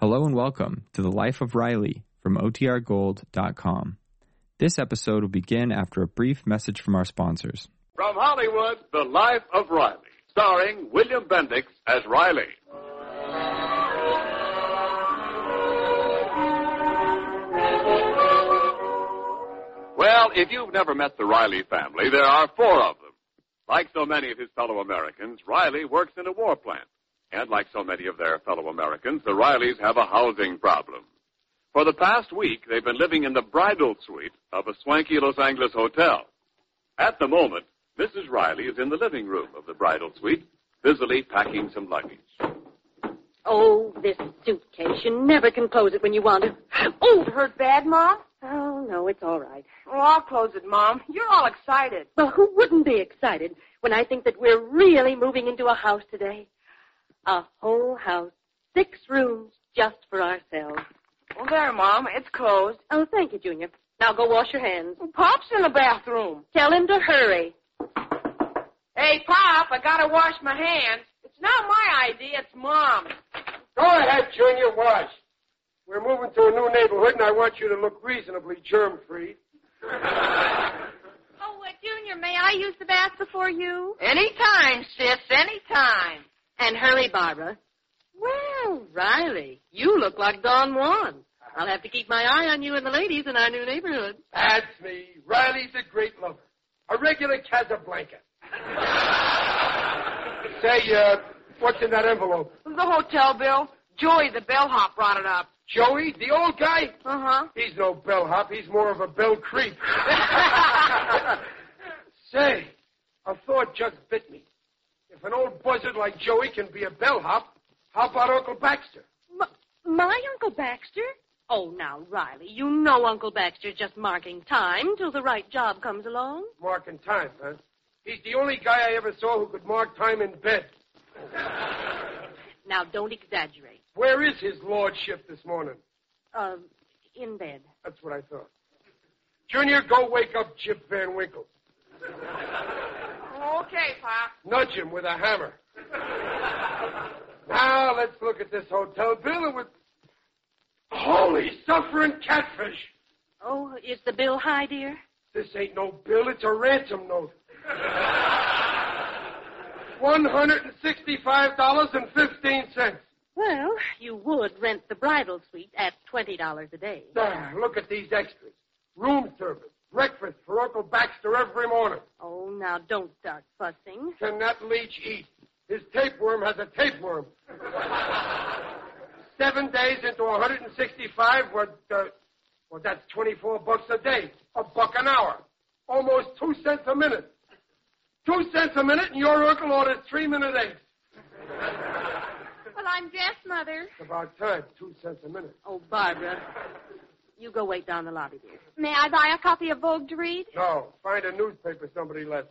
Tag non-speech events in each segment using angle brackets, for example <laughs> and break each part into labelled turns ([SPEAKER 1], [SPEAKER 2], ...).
[SPEAKER 1] Hello and welcome to The Life of Riley from OTRGold.com. This episode will begin after a brief message from our sponsors.
[SPEAKER 2] From Hollywood, The Life of Riley, starring William Bendix as Riley. Well, if you've never met the Riley family, there are four of them. Like so many of his fellow Americans, Riley works in a war plant. And like so many of their fellow Americans, the Rileys have a housing problem. For the past week, they've been living in the bridal suite of a swanky Los Angeles hotel. At the moment, Mrs. Riley is in the living room of the bridal suite, busily packing some luggage.
[SPEAKER 3] Oh, this suitcase. You never can close it when you want to. Oh,
[SPEAKER 4] Hurt bad, Mom?
[SPEAKER 3] oh no, it's all right.
[SPEAKER 4] Oh, I'll close it, Mom. You're all excited.
[SPEAKER 3] Well, who wouldn't be excited when I think that we're really moving into a house today? A whole house. Six rooms just for ourselves.
[SPEAKER 4] Well, there, Mom. It's closed.
[SPEAKER 3] Oh, thank you, Junior. Now go wash your hands.
[SPEAKER 4] Well, Pop's in the bathroom.
[SPEAKER 3] Tell him to hurry.
[SPEAKER 4] Hey, Pop, I gotta wash my hands. It's not my idea, it's Mom's.
[SPEAKER 5] Go ahead, Junior, wash. We're moving to a new neighborhood, and I want you to look reasonably germ-free.
[SPEAKER 6] Oh, uh, Junior, may I use the bath before you?
[SPEAKER 4] Anytime, sis, anytime.
[SPEAKER 3] And hurry, Barbara. Well, Riley, you look like Don Juan. I'll have to keep my eye on you and the ladies in our new neighborhood.
[SPEAKER 5] That's me. Riley's a great lover. A regular Casablanca. <laughs> Say, uh, what's in that envelope?
[SPEAKER 4] The hotel bill. Joey, the bellhop, brought it up.
[SPEAKER 5] Joey, the old guy?
[SPEAKER 6] Uh-huh.
[SPEAKER 4] Uh
[SPEAKER 5] He's no bellhop. He's more of a bell <laughs> creep.
[SPEAKER 4] huh.
[SPEAKER 5] Say, a thought just bit me. If an old buzzard like Joey can be a bellhop, how about Uncle Baxter?
[SPEAKER 3] M- my Uncle Baxter? Oh, now, Riley, you know Uncle Baxter's just marking time till the right job comes along.
[SPEAKER 5] Marking time, huh? He's the only guy I ever saw who could mark time in bed.
[SPEAKER 3] Now, don't exaggerate.
[SPEAKER 5] Where is his lordship this morning?
[SPEAKER 3] Uh, in bed.
[SPEAKER 5] That's what I thought. Junior, go wake up Chip Van Winkle.
[SPEAKER 4] okay, Pop.
[SPEAKER 5] Nudge him with a hammer. now let's look at this hotel bill and with holy suffering catfish.
[SPEAKER 3] Oh, is the bill high, dear?
[SPEAKER 5] This ain't no bill, it's a ransom note. One hundred and sixty-five dollars and fifteen cents.
[SPEAKER 3] Well, you would rent the bridal suite at twenty dollars a day.
[SPEAKER 5] There, look at these extras. Room service, breakfast for Uncle Baxter every morning.
[SPEAKER 3] Oh, now don't start fussing.
[SPEAKER 5] Can that leech eat? His tapeworm has a tapeworm. Seven days into 165, what, uh, well, that's 24 bucks a day, a buck an hour, almost two cents a minute. Two cents a minute, and your uncle orders three minute eggs.
[SPEAKER 6] Well, I'm dressed, Mother.
[SPEAKER 5] It's about time, two cents a minute.
[SPEAKER 3] Oh, Barbara, you go wait down the lobby, dear.
[SPEAKER 6] May I buy a copy of Vogue to read?
[SPEAKER 5] No, find a newspaper somebody left.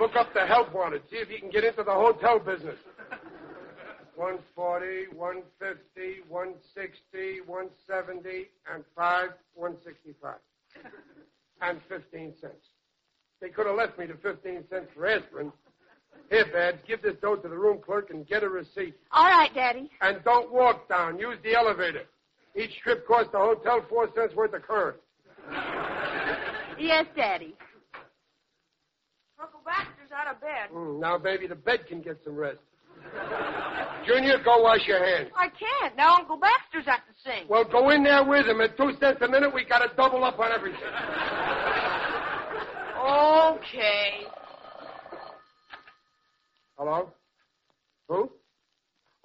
[SPEAKER 5] Look up the help wanted. See if you can get into the hotel business. 140, 150, 160, 170, and 5, 165. And 15 cents. They could have left me the 15 cents for aspirin. Here, Babs, give this dough to the room clerk and get a receipt.
[SPEAKER 6] All right, Daddy.
[SPEAKER 5] And don't walk down. Use the elevator. Each trip costs the hotel four cents worth of current.
[SPEAKER 6] Yes, Daddy.
[SPEAKER 4] Uncle Baxter's out of bed.
[SPEAKER 5] Mm, now, baby, the bed can get some rest. Junior, go wash your hands.
[SPEAKER 4] I can't. Now Uncle Baxter's at the sink.
[SPEAKER 5] Well, go in there with him. At two cents a minute, we got to double up on everything.
[SPEAKER 4] Okay.
[SPEAKER 5] Hello? Who?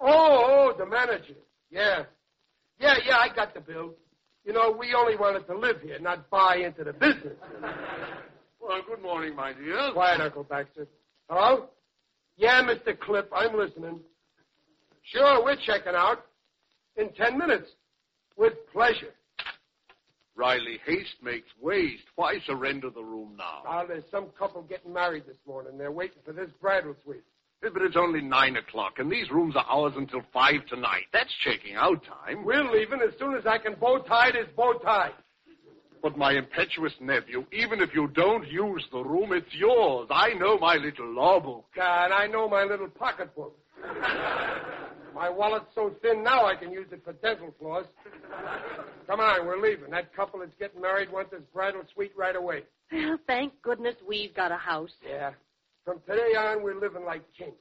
[SPEAKER 5] Oh, oh, the manager. Yeah. Yeah, yeah, I got the bill. You know, we only wanted to live here, not buy into the business.
[SPEAKER 2] Well, good morning, my dear.
[SPEAKER 5] Quiet, Uncle Baxter. Hello? Yeah, Mr. Clip, I'm listening. Sure, we're checking out. In ten minutes. With pleasure.
[SPEAKER 2] Riley, haste makes waste. Why surrender the room now?
[SPEAKER 5] Now, Ah, there's some couple getting married this morning. They're waiting for this bridal suite.
[SPEAKER 2] But it's only nine o'clock, and these rooms are ours until five tonight. That's checking out time.
[SPEAKER 5] We're leaving as soon as I can bow tie this bow tie.
[SPEAKER 2] But my impetuous nephew, even if you don't use the room, it's yours. I know my little law book.
[SPEAKER 5] God, I know my little pocketbook. <laughs> My wallet's so thin now I can use it for dental floss. Come on, we're leaving. That couple that's getting married wants this bridal suite right away.
[SPEAKER 3] Well, thank goodness we've got a house.
[SPEAKER 5] Yeah. From today on, we're living like kings.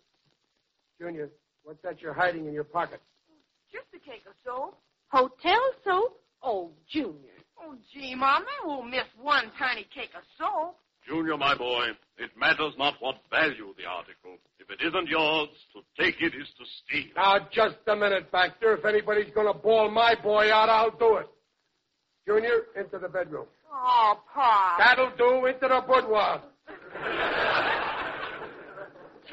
[SPEAKER 5] Junior, what's that you're hiding in your pocket?
[SPEAKER 4] Just a cake of soap.
[SPEAKER 3] Hotel soap? Oh, Junior.
[SPEAKER 4] Oh, gee, Mom, I won't miss one tiny cake of soap.
[SPEAKER 2] Junior, my boy, it matters not what value the article. If it isn't yours, to take it is to steal.
[SPEAKER 5] Now, just a minute, Baxter. If anybody's going to ball my boy out, I'll do it. Junior, into the bedroom.
[SPEAKER 4] Oh, Pop.
[SPEAKER 5] That'll do. Into the boudoir.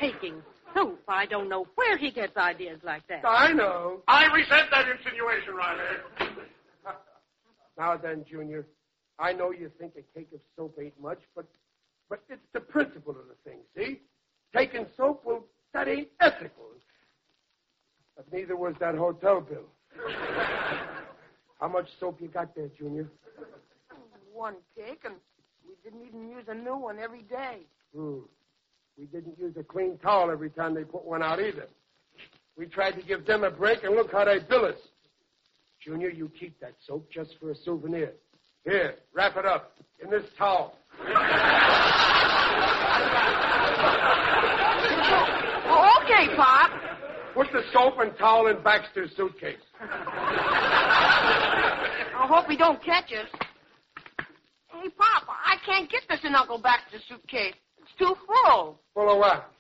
[SPEAKER 3] Taking soap. I don't know where he gets ideas like that.
[SPEAKER 4] Uh,
[SPEAKER 5] I know. <laughs>
[SPEAKER 2] I resent that insinuation, Riley.
[SPEAKER 5] Now then, Junior, I know you think a cake of soap ain't much, but but it's the principle of the thing, see? Taking soap, well, that ain't ethical. But neither was that hotel bill. <laughs> How much soap you got there, Junior?
[SPEAKER 4] One cake, and we didn't even use a new one every day.
[SPEAKER 5] Hmm. We didn't use a clean towel every time they put one out either. We tried to give them a break, and look how they bill us. Junior, you keep that soap just for a souvenir. Here, wrap it up in this towel.
[SPEAKER 4] Oh, okay, Pop.
[SPEAKER 5] Put the soap and towel in Baxter's suitcase.
[SPEAKER 4] I hope he don't catch us. Hey, Pop, I can't get this in Uncle Baxter's suitcase. It's too full.
[SPEAKER 5] Full of what?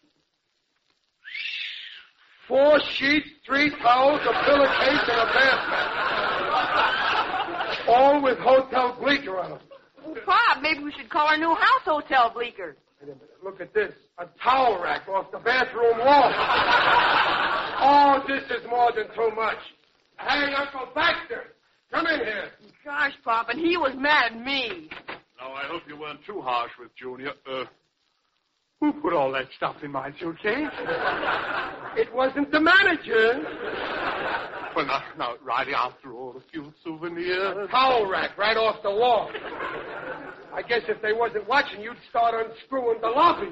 [SPEAKER 5] Four sheets, three towels, a pillowcase, and a bath mat. All with hotel bleaker on them.
[SPEAKER 4] Oh, Pop, maybe we should call our new house Hotel Bleecker.
[SPEAKER 5] Wait a minute. Look at this. A towel rack off the bathroom wall. <laughs> oh, this is more than too much. Hey, Uncle Baxter, come in here.
[SPEAKER 4] Gosh, Pop, and he was mad at me.
[SPEAKER 2] Now, I hope you weren't too harsh with Junior. Uh,
[SPEAKER 5] Who put all that stuff in my suitcase? <laughs> it wasn't the manager.
[SPEAKER 2] well, now, now, Riley, after all, a few souvenirs.
[SPEAKER 5] Towel rack right off the wall. I guess if they wasn't watching, you'd start unscrewing the lobby.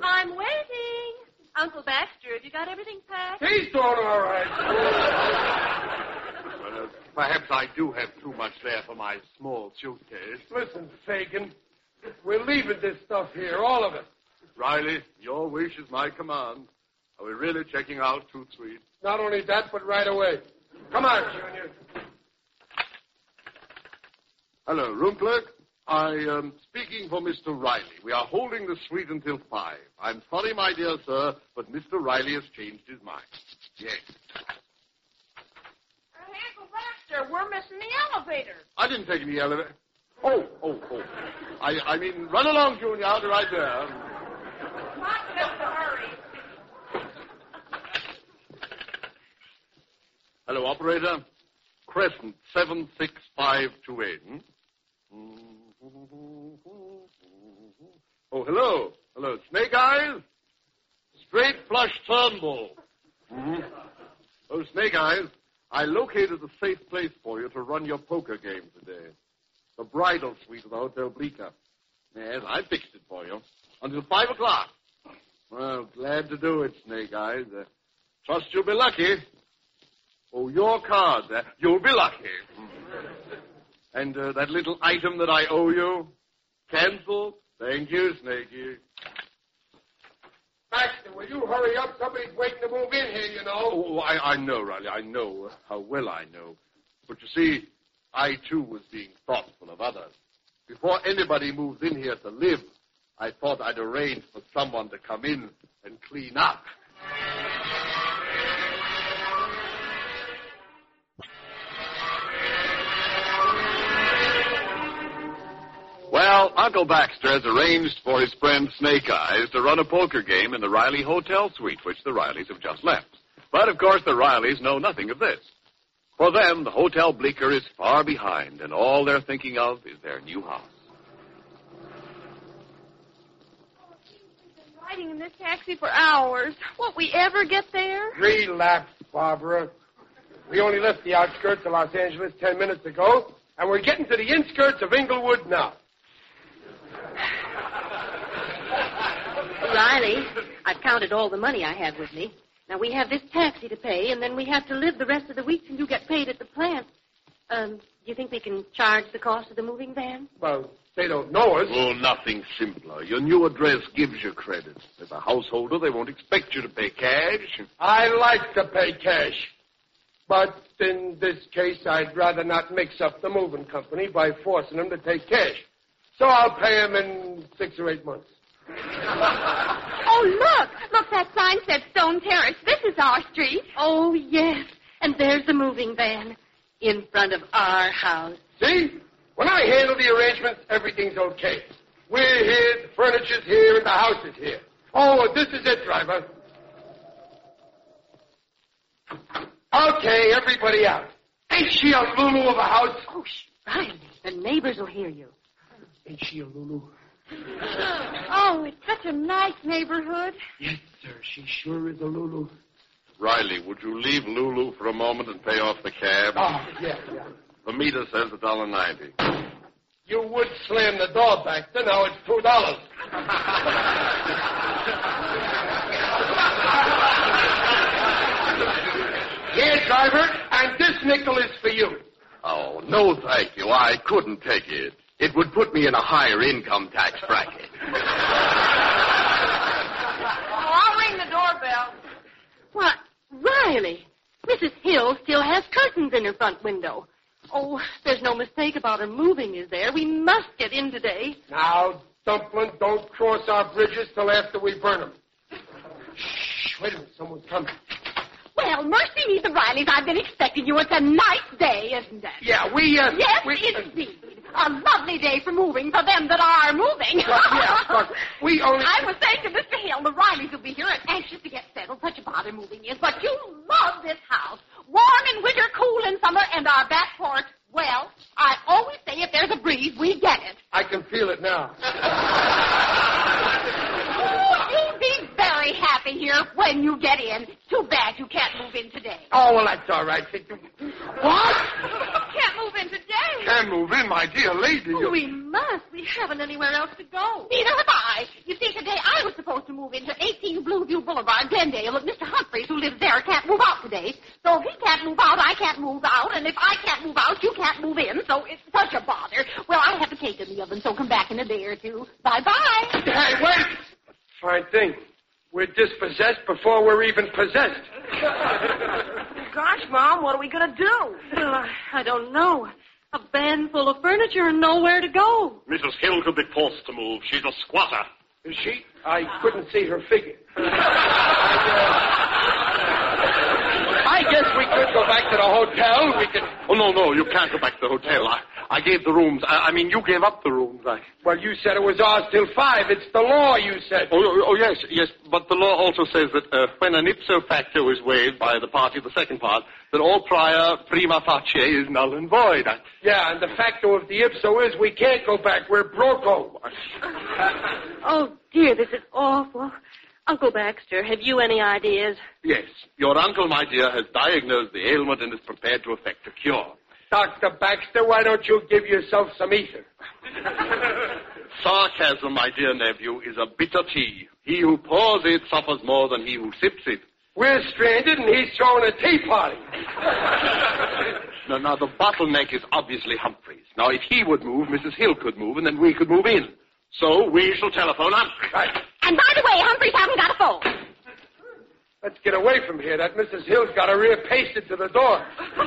[SPEAKER 3] I'm waiting. Uncle Baxter, have you got everything packed?
[SPEAKER 5] He's doing all right.
[SPEAKER 2] Well, uh, perhaps I do have too much there for my small suitcase.
[SPEAKER 5] Listen, Fagin, we're leaving this stuff here, all of it.
[SPEAKER 2] Riley, your wish is my command. Are we really checking out too sweet?
[SPEAKER 5] Not only that, but right away. Come on, Junior.
[SPEAKER 2] Hello, room clerk. I am speaking for Mr. Riley. We are holding the suite until five. I'm sorry, my dear sir, but Mr. Riley has changed his mind. Yes.
[SPEAKER 4] Hey, Uncle Baxter, we're missing the elevator.
[SPEAKER 2] I didn't take any elevator. Oh, oh, oh. I, I mean, run along, Junior, out right there.
[SPEAKER 4] Pop, you have to hurry.
[SPEAKER 2] Hello, operator. Crescent, 76528. Hmm? Oh, hello. Hello, Snake Eyes. Straight flush Turnbull. Hmm? Oh, Snake Eyes, I located a safe place for you to run your poker game today. The bridal suite of the Hotel Bleecker. Yes, I fixed it for you. Until five o'clock. Well, glad to do it, Snake Eyes. Uh, trust you'll be lucky. Oh, your card. Uh, you'll be lucky. And uh, that little item that I owe you, cancel. Thank you, Snakey.
[SPEAKER 5] Baxter, will you hurry up? Somebody's waiting to move in here, you know.
[SPEAKER 2] Oh, I, I know, Riley. I know how well I know. But you see, I too was being thoughtful of others. Before anybody moves in here to live, I thought I'd arrange for someone to come in and clean up. Well, Uncle Baxter has arranged for his friend Snake Eyes to run a poker game in the Riley Hotel suite, which the Rileys have just left. But of course, the Rileys know nothing of this. For them, the Hotel Bleecker is far behind, and all they're thinking of is their new house.
[SPEAKER 6] Riding in this taxi for hours. Won't we ever get there?
[SPEAKER 5] Relapse, Barbara. We only left the outskirts of Los Angeles ten minutes ago, and we're getting to the inskirts of Inglewood now.
[SPEAKER 3] Riley, I've counted all the money I have with me. Now, we have this taxi to pay, and then we have to live the rest of the week till you get paid at the plant. Um, do you think we can charge the cost of the moving van?
[SPEAKER 5] Well, they don't know us.
[SPEAKER 2] Oh, nothing simpler. Your new address gives you credit. As a householder, they won't expect you to pay cash.
[SPEAKER 5] I like to pay cash. But in this case, I'd rather not mix up the moving company by forcing them to take cash. So I'll pay them in six or eight months.
[SPEAKER 6] Oh, look! Look, that sign said Stone Terrace. This is our street.
[SPEAKER 3] Oh, yes. And there's the moving van in front of our house.
[SPEAKER 5] See? When I handle the arrangements, everything's okay. We're here, the furniture's here, and the house is here. Oh, this is it, driver. Okay, everybody out. Ain't she a Lulu of a house?
[SPEAKER 3] Oh, shh, Riley, the neighbors will hear you.
[SPEAKER 5] Ain't she a Lulu?
[SPEAKER 6] Oh, it's such a nice neighborhood.
[SPEAKER 5] Yes, sir, she sure is a Lulu.
[SPEAKER 2] Riley, would you leave Lulu for a moment and pay off the cab?
[SPEAKER 5] Oh, yeah, yeah.
[SPEAKER 2] The meter says a dollar ninety.
[SPEAKER 5] You would slam the door back, then now it's two dollars. Here, driver, and this nickel is for you.
[SPEAKER 2] Oh, no, thank you. I couldn't take it. It would put me in a higher income tax bracket.
[SPEAKER 4] Oh, I'll ring the doorbell.
[SPEAKER 3] What? Riley, Mrs. Hill still has curtains in her front window. Oh, there's no mistake about her moving, is there? We must get in today.
[SPEAKER 5] Now, Dumplin, don't cross our bridges till after we burn them. Shh, wait a minute, someone's coming.
[SPEAKER 6] Well, mercy me, the Rileys. I've been expecting you. It's a nice day, isn't it?
[SPEAKER 5] Yeah, we, uh...
[SPEAKER 6] Yes,
[SPEAKER 5] we,
[SPEAKER 6] indeed. A lovely day for moving, for them that are moving.
[SPEAKER 5] Well, yeah, but
[SPEAKER 6] <laughs>
[SPEAKER 5] we only-
[SPEAKER 6] I was saying to Mr. Hill, the Rileys will be here and anxious to get settled. Such a bother moving is. But you love this house. Warm in winter, cool in summer, and our back porch. Well, I always say if there's a breeze, we get it.
[SPEAKER 5] I can feel it now.
[SPEAKER 6] Oh, you'll be very happy here when you get in. Too bad you can't move in today.
[SPEAKER 5] Oh, well, that's all right. What?
[SPEAKER 6] Can't move in today.
[SPEAKER 2] Can move in, my dear lady.
[SPEAKER 3] Oh, We must. We haven't anywhere else to go.
[SPEAKER 6] Neither have I. You see, today I was supposed to move into 18 Blueview Boulevard, Glendale, but Mr. Humphreys, who lives there, can't move out today. So if he can't move out, I can't move out, and if I can't move out, you can't move in, so it's such a bother. Well, I have a cake in the oven, so come back in a day or two. Bye-bye.
[SPEAKER 5] Hey, wait! Fine thing. We're dispossessed before we're even possessed.
[SPEAKER 4] Gosh, Mom, what are we going to do?
[SPEAKER 3] Well, I, Uh, I don't know. A van full of furniture and nowhere to go.
[SPEAKER 7] Mrs. Hill could be forced to move. She's a squatter.
[SPEAKER 5] Is she? I couldn't see her figure. <laughs> I guess we could go back to the hotel. We could.
[SPEAKER 2] Oh, no, no, you can't go back to the hotel. I, I gave the rooms. I, I mean, you gave up the rooms. I...
[SPEAKER 5] Well, you said it was ours till five. It's the law, you said.
[SPEAKER 2] Oh, oh, oh, yes, yes, but the law also says that uh, when an ipso facto is waived by the party of the second part, that all prior prima facie is null and void. Uh, I,
[SPEAKER 5] Yeah, and the facto of the ipso is we can't go back. We're broco. <laughs>
[SPEAKER 3] Oh, dear, this is awful. Uncle Baxter, have you any ideas?
[SPEAKER 2] yes, your uncle, my dear, has diagnosed the ailment and is prepared to effect a cure.
[SPEAKER 5] Dr. Baxter, why don't you give yourself some ether?
[SPEAKER 2] Sarcasm, my dear nephew, is a bitter tea. He who pours it suffers more than he who sips it.
[SPEAKER 5] We're stranded and he's throwing a tea party.
[SPEAKER 2] Now, now, the bottleneck is obviously Humphreys. Now, if he would move, Mrs. Hill could move, and then we could move in. So we shall telephone Humphreys.
[SPEAKER 6] And by the way, Humphreys haven't got a phone.
[SPEAKER 5] Let's get away from here. That Mrs. Hill's got her ear pasted to the door. <laughs>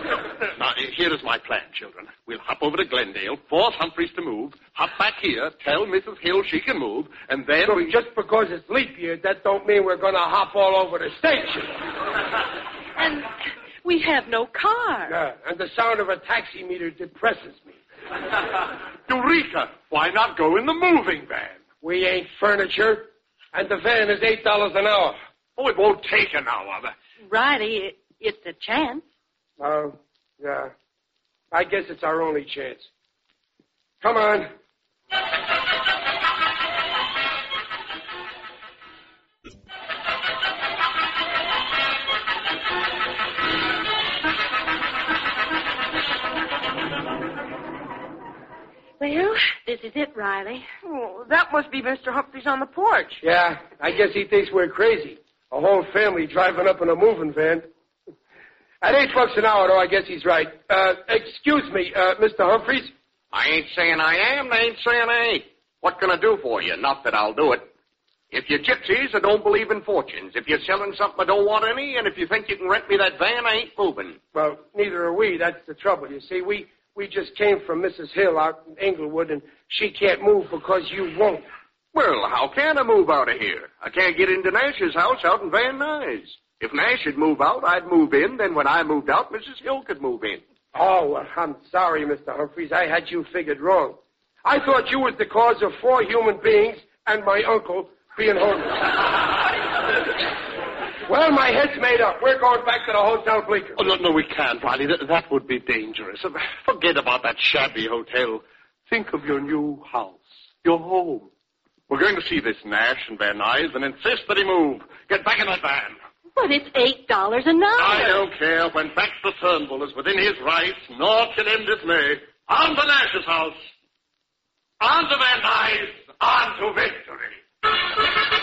[SPEAKER 2] <laughs> Now, here is my plan, children. We'll hop over to Glendale, force Humphreys to move, hop back here, tell Mrs. Hill she can move, and then
[SPEAKER 5] So
[SPEAKER 2] we...
[SPEAKER 5] just because it's leap year, that don't mean we're going to hop all over the station.
[SPEAKER 3] And we have no car.
[SPEAKER 5] Yeah, and the sound of a taxi meter depresses me.
[SPEAKER 2] <laughs> Eureka! Why not go in the moving van?
[SPEAKER 5] We ain't furniture, and the van is eight dollars an hour.
[SPEAKER 2] Oh, it won't take an hour.
[SPEAKER 3] Riley, it, it's a chance.
[SPEAKER 5] Oh, yeah. I guess it's our only chance. Come on.
[SPEAKER 3] Well, this is it, Riley.
[SPEAKER 4] Oh, that must be Mr. Humphreys on the porch.
[SPEAKER 5] Yeah, I guess he thinks we're crazy. A whole family driving up in a moving van. At eight bucks an hour, though, I guess he's right. Uh, excuse me, uh, Mr. Humphreys.
[SPEAKER 2] I ain't saying I am, I ain't saying I ain't. What can I do for you? Not that I'll do it. If you're gypsies, I don't believe in fortunes. If you're selling something, I don't want any. And if you think you can rent me that van, I ain't moving.
[SPEAKER 5] Well, neither are we. That's the trouble. You see, we we just came from Mrs. Hill out in Englewood, and she can't move because you won't.
[SPEAKER 2] Well, how can I move out of here? I can't get into Nash's house out in Van Nuys. If Nash should move out, I'd move in. Then when I moved out, Mrs. Hill could move in.
[SPEAKER 5] Oh, well, I'm sorry, Mr. Humphreys. I had you figured wrong. I thought you was the cause of four human beings and my uncle being homeless. well, my head's made up. We're going back to the hotel bleaker.
[SPEAKER 8] Oh, no, no, we can't, Riley. That, that would be dangerous. Forget about that shabby hotel. Think of your new house, your home.
[SPEAKER 9] We're going to see this Nash and Van Nuys and insist that he move. Get back in that van.
[SPEAKER 3] But it's eight dollars an hour.
[SPEAKER 9] I don't care. When Baxter Turnbull is within his rights, nor can him dismay. On to Nash's house. On to Van Nuys. On to victory.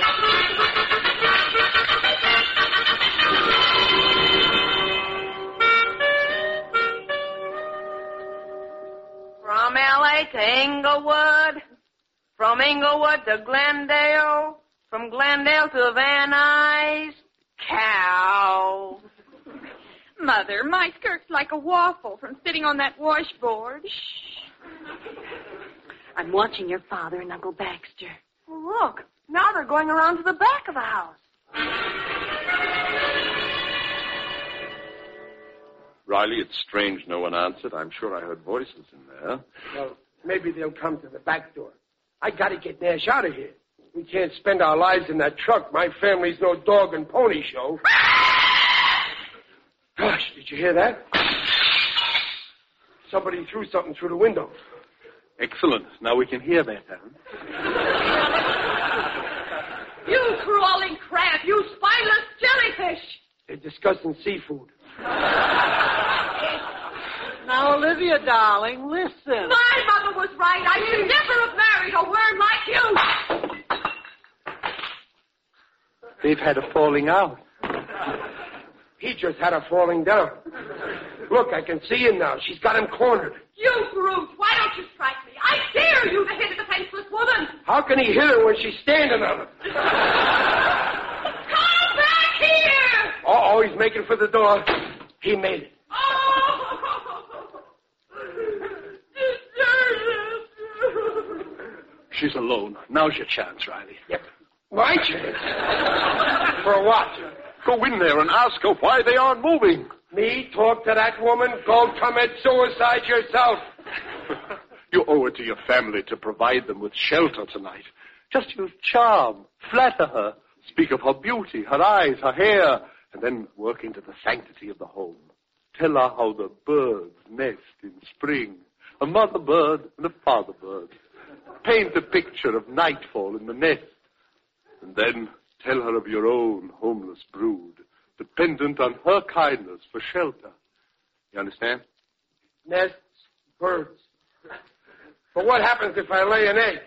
[SPEAKER 4] From L.A. to Inglewood. From Inglewood to Glendale. From Glendale to Van Nuys. Cow.
[SPEAKER 6] Mother, my skirt's like a waffle from sitting on that washboard.
[SPEAKER 3] I'm watching your father and Uncle Baxter.
[SPEAKER 4] Look, now they're going around to the back of the house.
[SPEAKER 8] Riley, it's strange no one answered. I'm sure I heard voices in there.
[SPEAKER 5] Well, maybe they'll come to the back door. I gotta get Nash out of here. We can't spend our lives in that truck. My family's no dog and pony show. Gosh, did you hear that? Somebody threw something through the window.
[SPEAKER 8] Excellent. Now we can hear that, Aaron.
[SPEAKER 6] You crawling crab, you spineless jellyfish!
[SPEAKER 5] They're discussing seafood.
[SPEAKER 10] Now, Olivia, darling, listen.
[SPEAKER 6] My mother was right. I should never have married a worm like you!
[SPEAKER 8] They've had a falling out.
[SPEAKER 5] He just had her falling down. Look, I can see him now. She's got him cornered.
[SPEAKER 6] You brute, why don't you strike me? I dare you to hit a defenseless woman!
[SPEAKER 5] How can he hit her when she's standing on him?
[SPEAKER 6] Come back here!
[SPEAKER 5] Uh-oh, Oh, he's making for the door. He made it.
[SPEAKER 6] Oh! Deserted!
[SPEAKER 8] She's alone. Now's your chance, Riley.
[SPEAKER 5] Yep. My chance. For what?
[SPEAKER 8] Go in there and ask her why they aren't moving.
[SPEAKER 5] Me talk to that woman? Go commit suicide yourself.
[SPEAKER 8] you owe it to your family to provide them with shelter tonight. Just use charm, flatter her, speak of her beauty, her eyes, her hair, and then work into the sanctity of the home. Tell her how the birds nest in spring, a mother bird and a father bird. Paint a picture of nightfall in the nest, and then tell her of your own homeless brood, dependent on her kindness for shelter. You understand?
[SPEAKER 5] Nests, birds. But what happens if I lay an egg?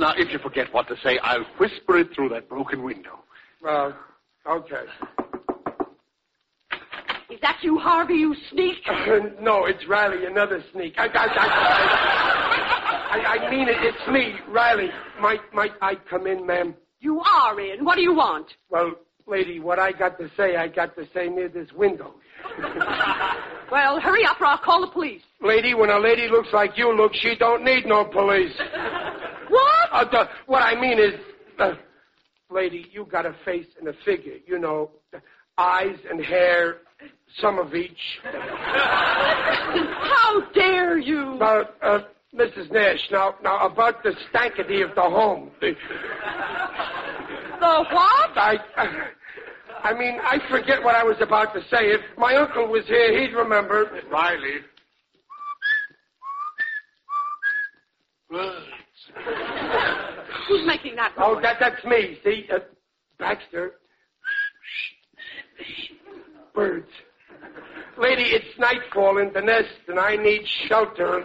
[SPEAKER 8] Now, if you forget what to say, I'll whisper it through that broken window.
[SPEAKER 5] Well, Uh, okay.
[SPEAKER 6] Is that you, Harvey, you sneak?
[SPEAKER 5] Uh, no, it's Riley, another sneak. I, I, I, I, I mean it. It's me, Riley. Might, might I come in, ma'am?
[SPEAKER 6] You are in. What do you want?
[SPEAKER 5] Well, lady, what I got to say, I got to say near this window.
[SPEAKER 6] Well, hurry up or I'll call the police.
[SPEAKER 5] Lady, when a lady looks like you look, she don't need no police.
[SPEAKER 6] <laughs> What?
[SPEAKER 5] Uh, the- what I mean is, uh, lady, you got a face and a figure. You know, eyes and hair, some of
[SPEAKER 6] <laughs>
[SPEAKER 5] each.
[SPEAKER 6] How dare you?
[SPEAKER 5] Now, uh, Mrs. Nash, now, now about the stanky of the home. The-
[SPEAKER 6] The what?
[SPEAKER 5] I, I mean, I forget what I was about to say. If my uncle was here, he'd remember.
[SPEAKER 9] Riley.
[SPEAKER 6] Who's making that noise?
[SPEAKER 5] Oh, that, that's me. See, uh, Baxter. Birds. Lady, it's nightfall in the nest, and I need shelter.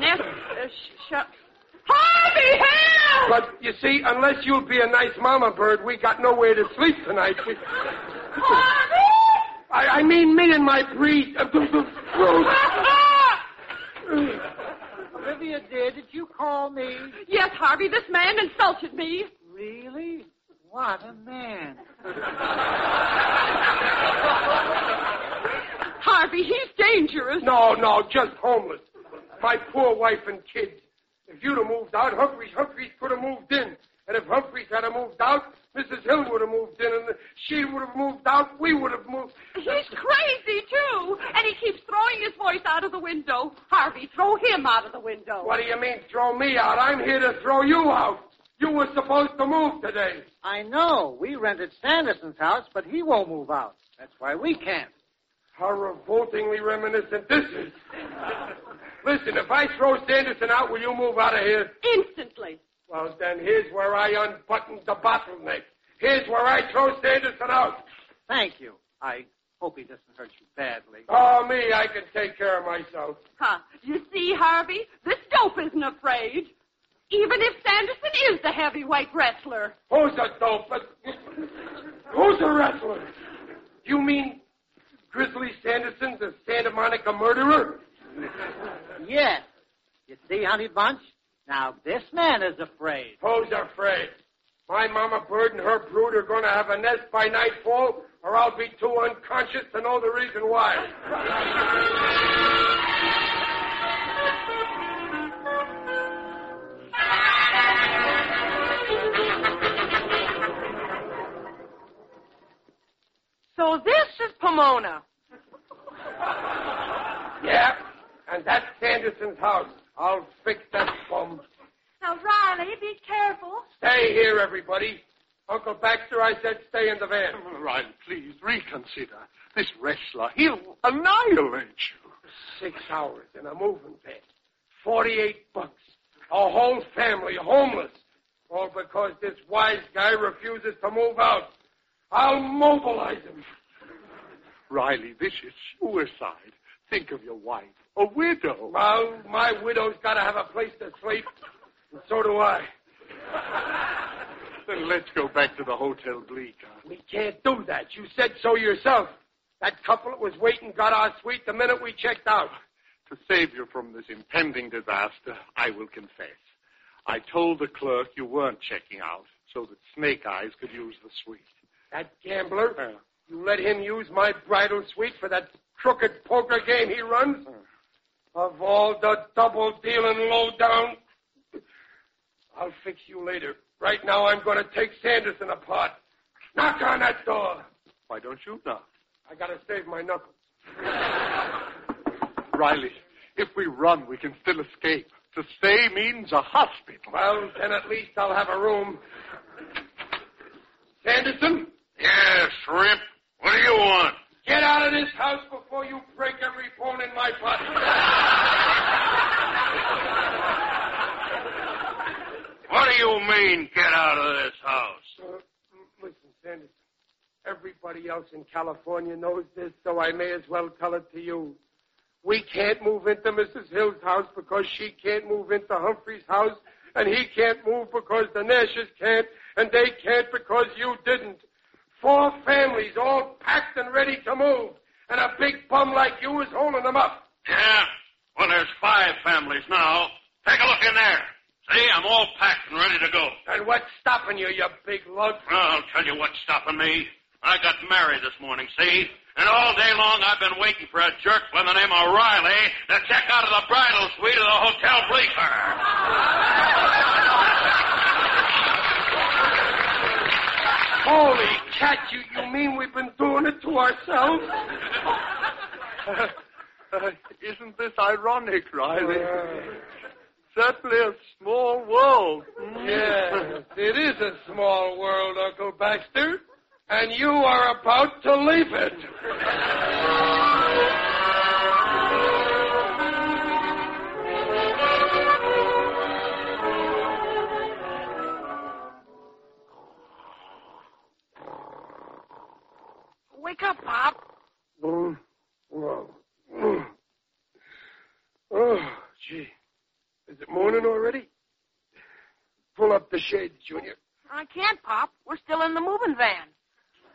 [SPEAKER 6] Nest, uh, sh- sh- Harvey, help!
[SPEAKER 5] But you see, unless you'll be a nice mama bird, we got nowhere to sleep tonight. We- I, I mean, me and my breed. Uh, boo- boo- boo.
[SPEAKER 10] <laughs> Olivia, dear, did you call me?
[SPEAKER 6] Yes, Harvey, this man insulted me.
[SPEAKER 10] Really? What a man.
[SPEAKER 6] Harvey, he's dangerous.
[SPEAKER 5] no, no, just homeless. My poor wife and kids. If you'd have moved out, Humphreys, Humphreys could have moved in. And if Humphreys had have moved out, Mrs. Hill would have moved in, and she would have moved out. We would have moved.
[SPEAKER 6] He's crazy, too. And he keeps throwing his voice out of the window. Harvey, throw him out of the window.
[SPEAKER 5] What do you mean, throw me out? I'm here to throw you out. You were supposed to move today.
[SPEAKER 10] I know. We rented Sanderson's house, but he won't move out. That's why we can't.
[SPEAKER 5] How revoltingly reminiscent this is. <laughs> Listen, if I throw Sanderson out, will you move out of here?
[SPEAKER 6] Instantly.
[SPEAKER 5] Well, then here's where I unbutton the bottleneck. Here's where I throw Sanderson out.
[SPEAKER 10] Thank you. I hope he doesn't hurt you badly.
[SPEAKER 5] Oh, me, I can take care of myself.
[SPEAKER 6] Huh. You see, Harvey, this dope isn't afraid. Even if Sanderson is the heavyweight wrestler.
[SPEAKER 5] Who's a dope? <laughs> Who's a wrestler? You mean Grizzly Sanderson, the Santa Monica murderer?
[SPEAKER 10] Yes. You see, honey bunch? Now this man is afraid.
[SPEAKER 5] Who's afraid? My mama bird and her brood are going to have a nest by nightfall, or I'll be too unconscious to know the reason why. <laughs>
[SPEAKER 4] So this is Pomona.
[SPEAKER 5] Yeah, and that's Sanderson's house. I'll fix that bum.
[SPEAKER 4] Now, Riley, be careful.
[SPEAKER 5] Stay here, everybody. Uncle Baxter, I said stay in the van.
[SPEAKER 8] Ryan, please reconsider. This wrestler, he'll annihilate you.
[SPEAKER 5] Six hours in a moving van. Forty-eight bucks. A whole family homeless. All because this wise guy refuses to move out. I'll mobilize him.
[SPEAKER 8] Riley, this is suicide. Think of your wife, a widow.
[SPEAKER 5] Well, my widow's got to have a place to sleep, and so do I.
[SPEAKER 8] Then let's go back to the Hotel Bleecker.
[SPEAKER 5] We can't do that. You said so yourself. That couple that was waiting got our suite the minute we checked out.
[SPEAKER 8] To save you from this impending disaster, I will confess. I told the clerk you weren't checking out so that Snake Eyes could use the suite.
[SPEAKER 5] That gambler, you let him use my bridal suite for that crooked poker game he runs? Of all the double dealing low down. I'll fix you later. Right now, I'm going to take Sanderson apart. Knock on that door.
[SPEAKER 8] Why don't you knock?
[SPEAKER 5] I got to save my knuckles.
[SPEAKER 8] Riley, if we run, we can still escape. To stay means a hospital.
[SPEAKER 5] Well, then at least I'll have a room. Sanderson,
[SPEAKER 9] Yes, Shrimp. What do you want?
[SPEAKER 5] get out of this house before you break every bone in my body.
[SPEAKER 9] What do you mean, get out of this house?
[SPEAKER 5] Uh, m- listen, Sanderson. Everybody else in California knows this, so I may as well tell it to you. We can't move into Mrs. Hill's house because she can't move into Humphrey's house, and he can't move because the Nashes can't, and they can't because you didn't. Four families all packed and ready to move, and a big bum like you is holding them up.
[SPEAKER 9] Yeah. Well, there's five families now. Take a look in there. See, I'm all packed and ready to go.
[SPEAKER 5] And what's stopping you, you big lug?
[SPEAKER 9] Well, I'll tell you what's stopping me. I got married this morning, see? And all day long I've been waiting for a jerk by the name of Riley to check out of the bridal suite of the Hotel Bleecker.
[SPEAKER 5] Holy cat, you, you mean we've been doing it to ourselves?
[SPEAKER 8] Uh, isn't this ironic, Riley?
[SPEAKER 5] Yeah.
[SPEAKER 8] <laughs> Certainly a small world. Hmm.
[SPEAKER 5] Yes, it is a small world, Uncle Baxter, and you are about to leave it.
[SPEAKER 4] Wake up, Pop.
[SPEAKER 8] Hmm.
[SPEAKER 5] Oh, gee. Is it morning already? Pull up the shades, Junior.
[SPEAKER 4] I can't, Pop. We're still in the moving van.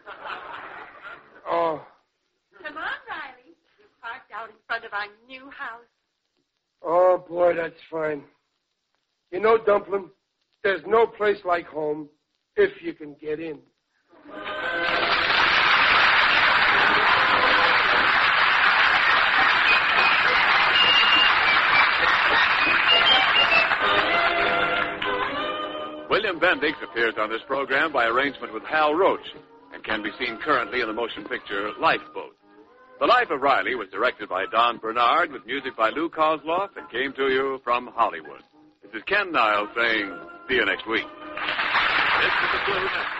[SPEAKER 5] <laughs> Oh,
[SPEAKER 6] Come on, Riley. We're parked out in front of our new house.
[SPEAKER 5] oh boy, that's fine. You know, Dumpling, there's no place like home if you can get in.
[SPEAKER 2] William Bendix appears on this program by arrangement with Hal Roach and can be seen currently in the motion picture Lifeboat. The Life of Riley was directed by Don Bernard with music by Lou Kozloff and came to you from Hollywood. This is Ken Niles saying, see you next week. This is the Blue Network.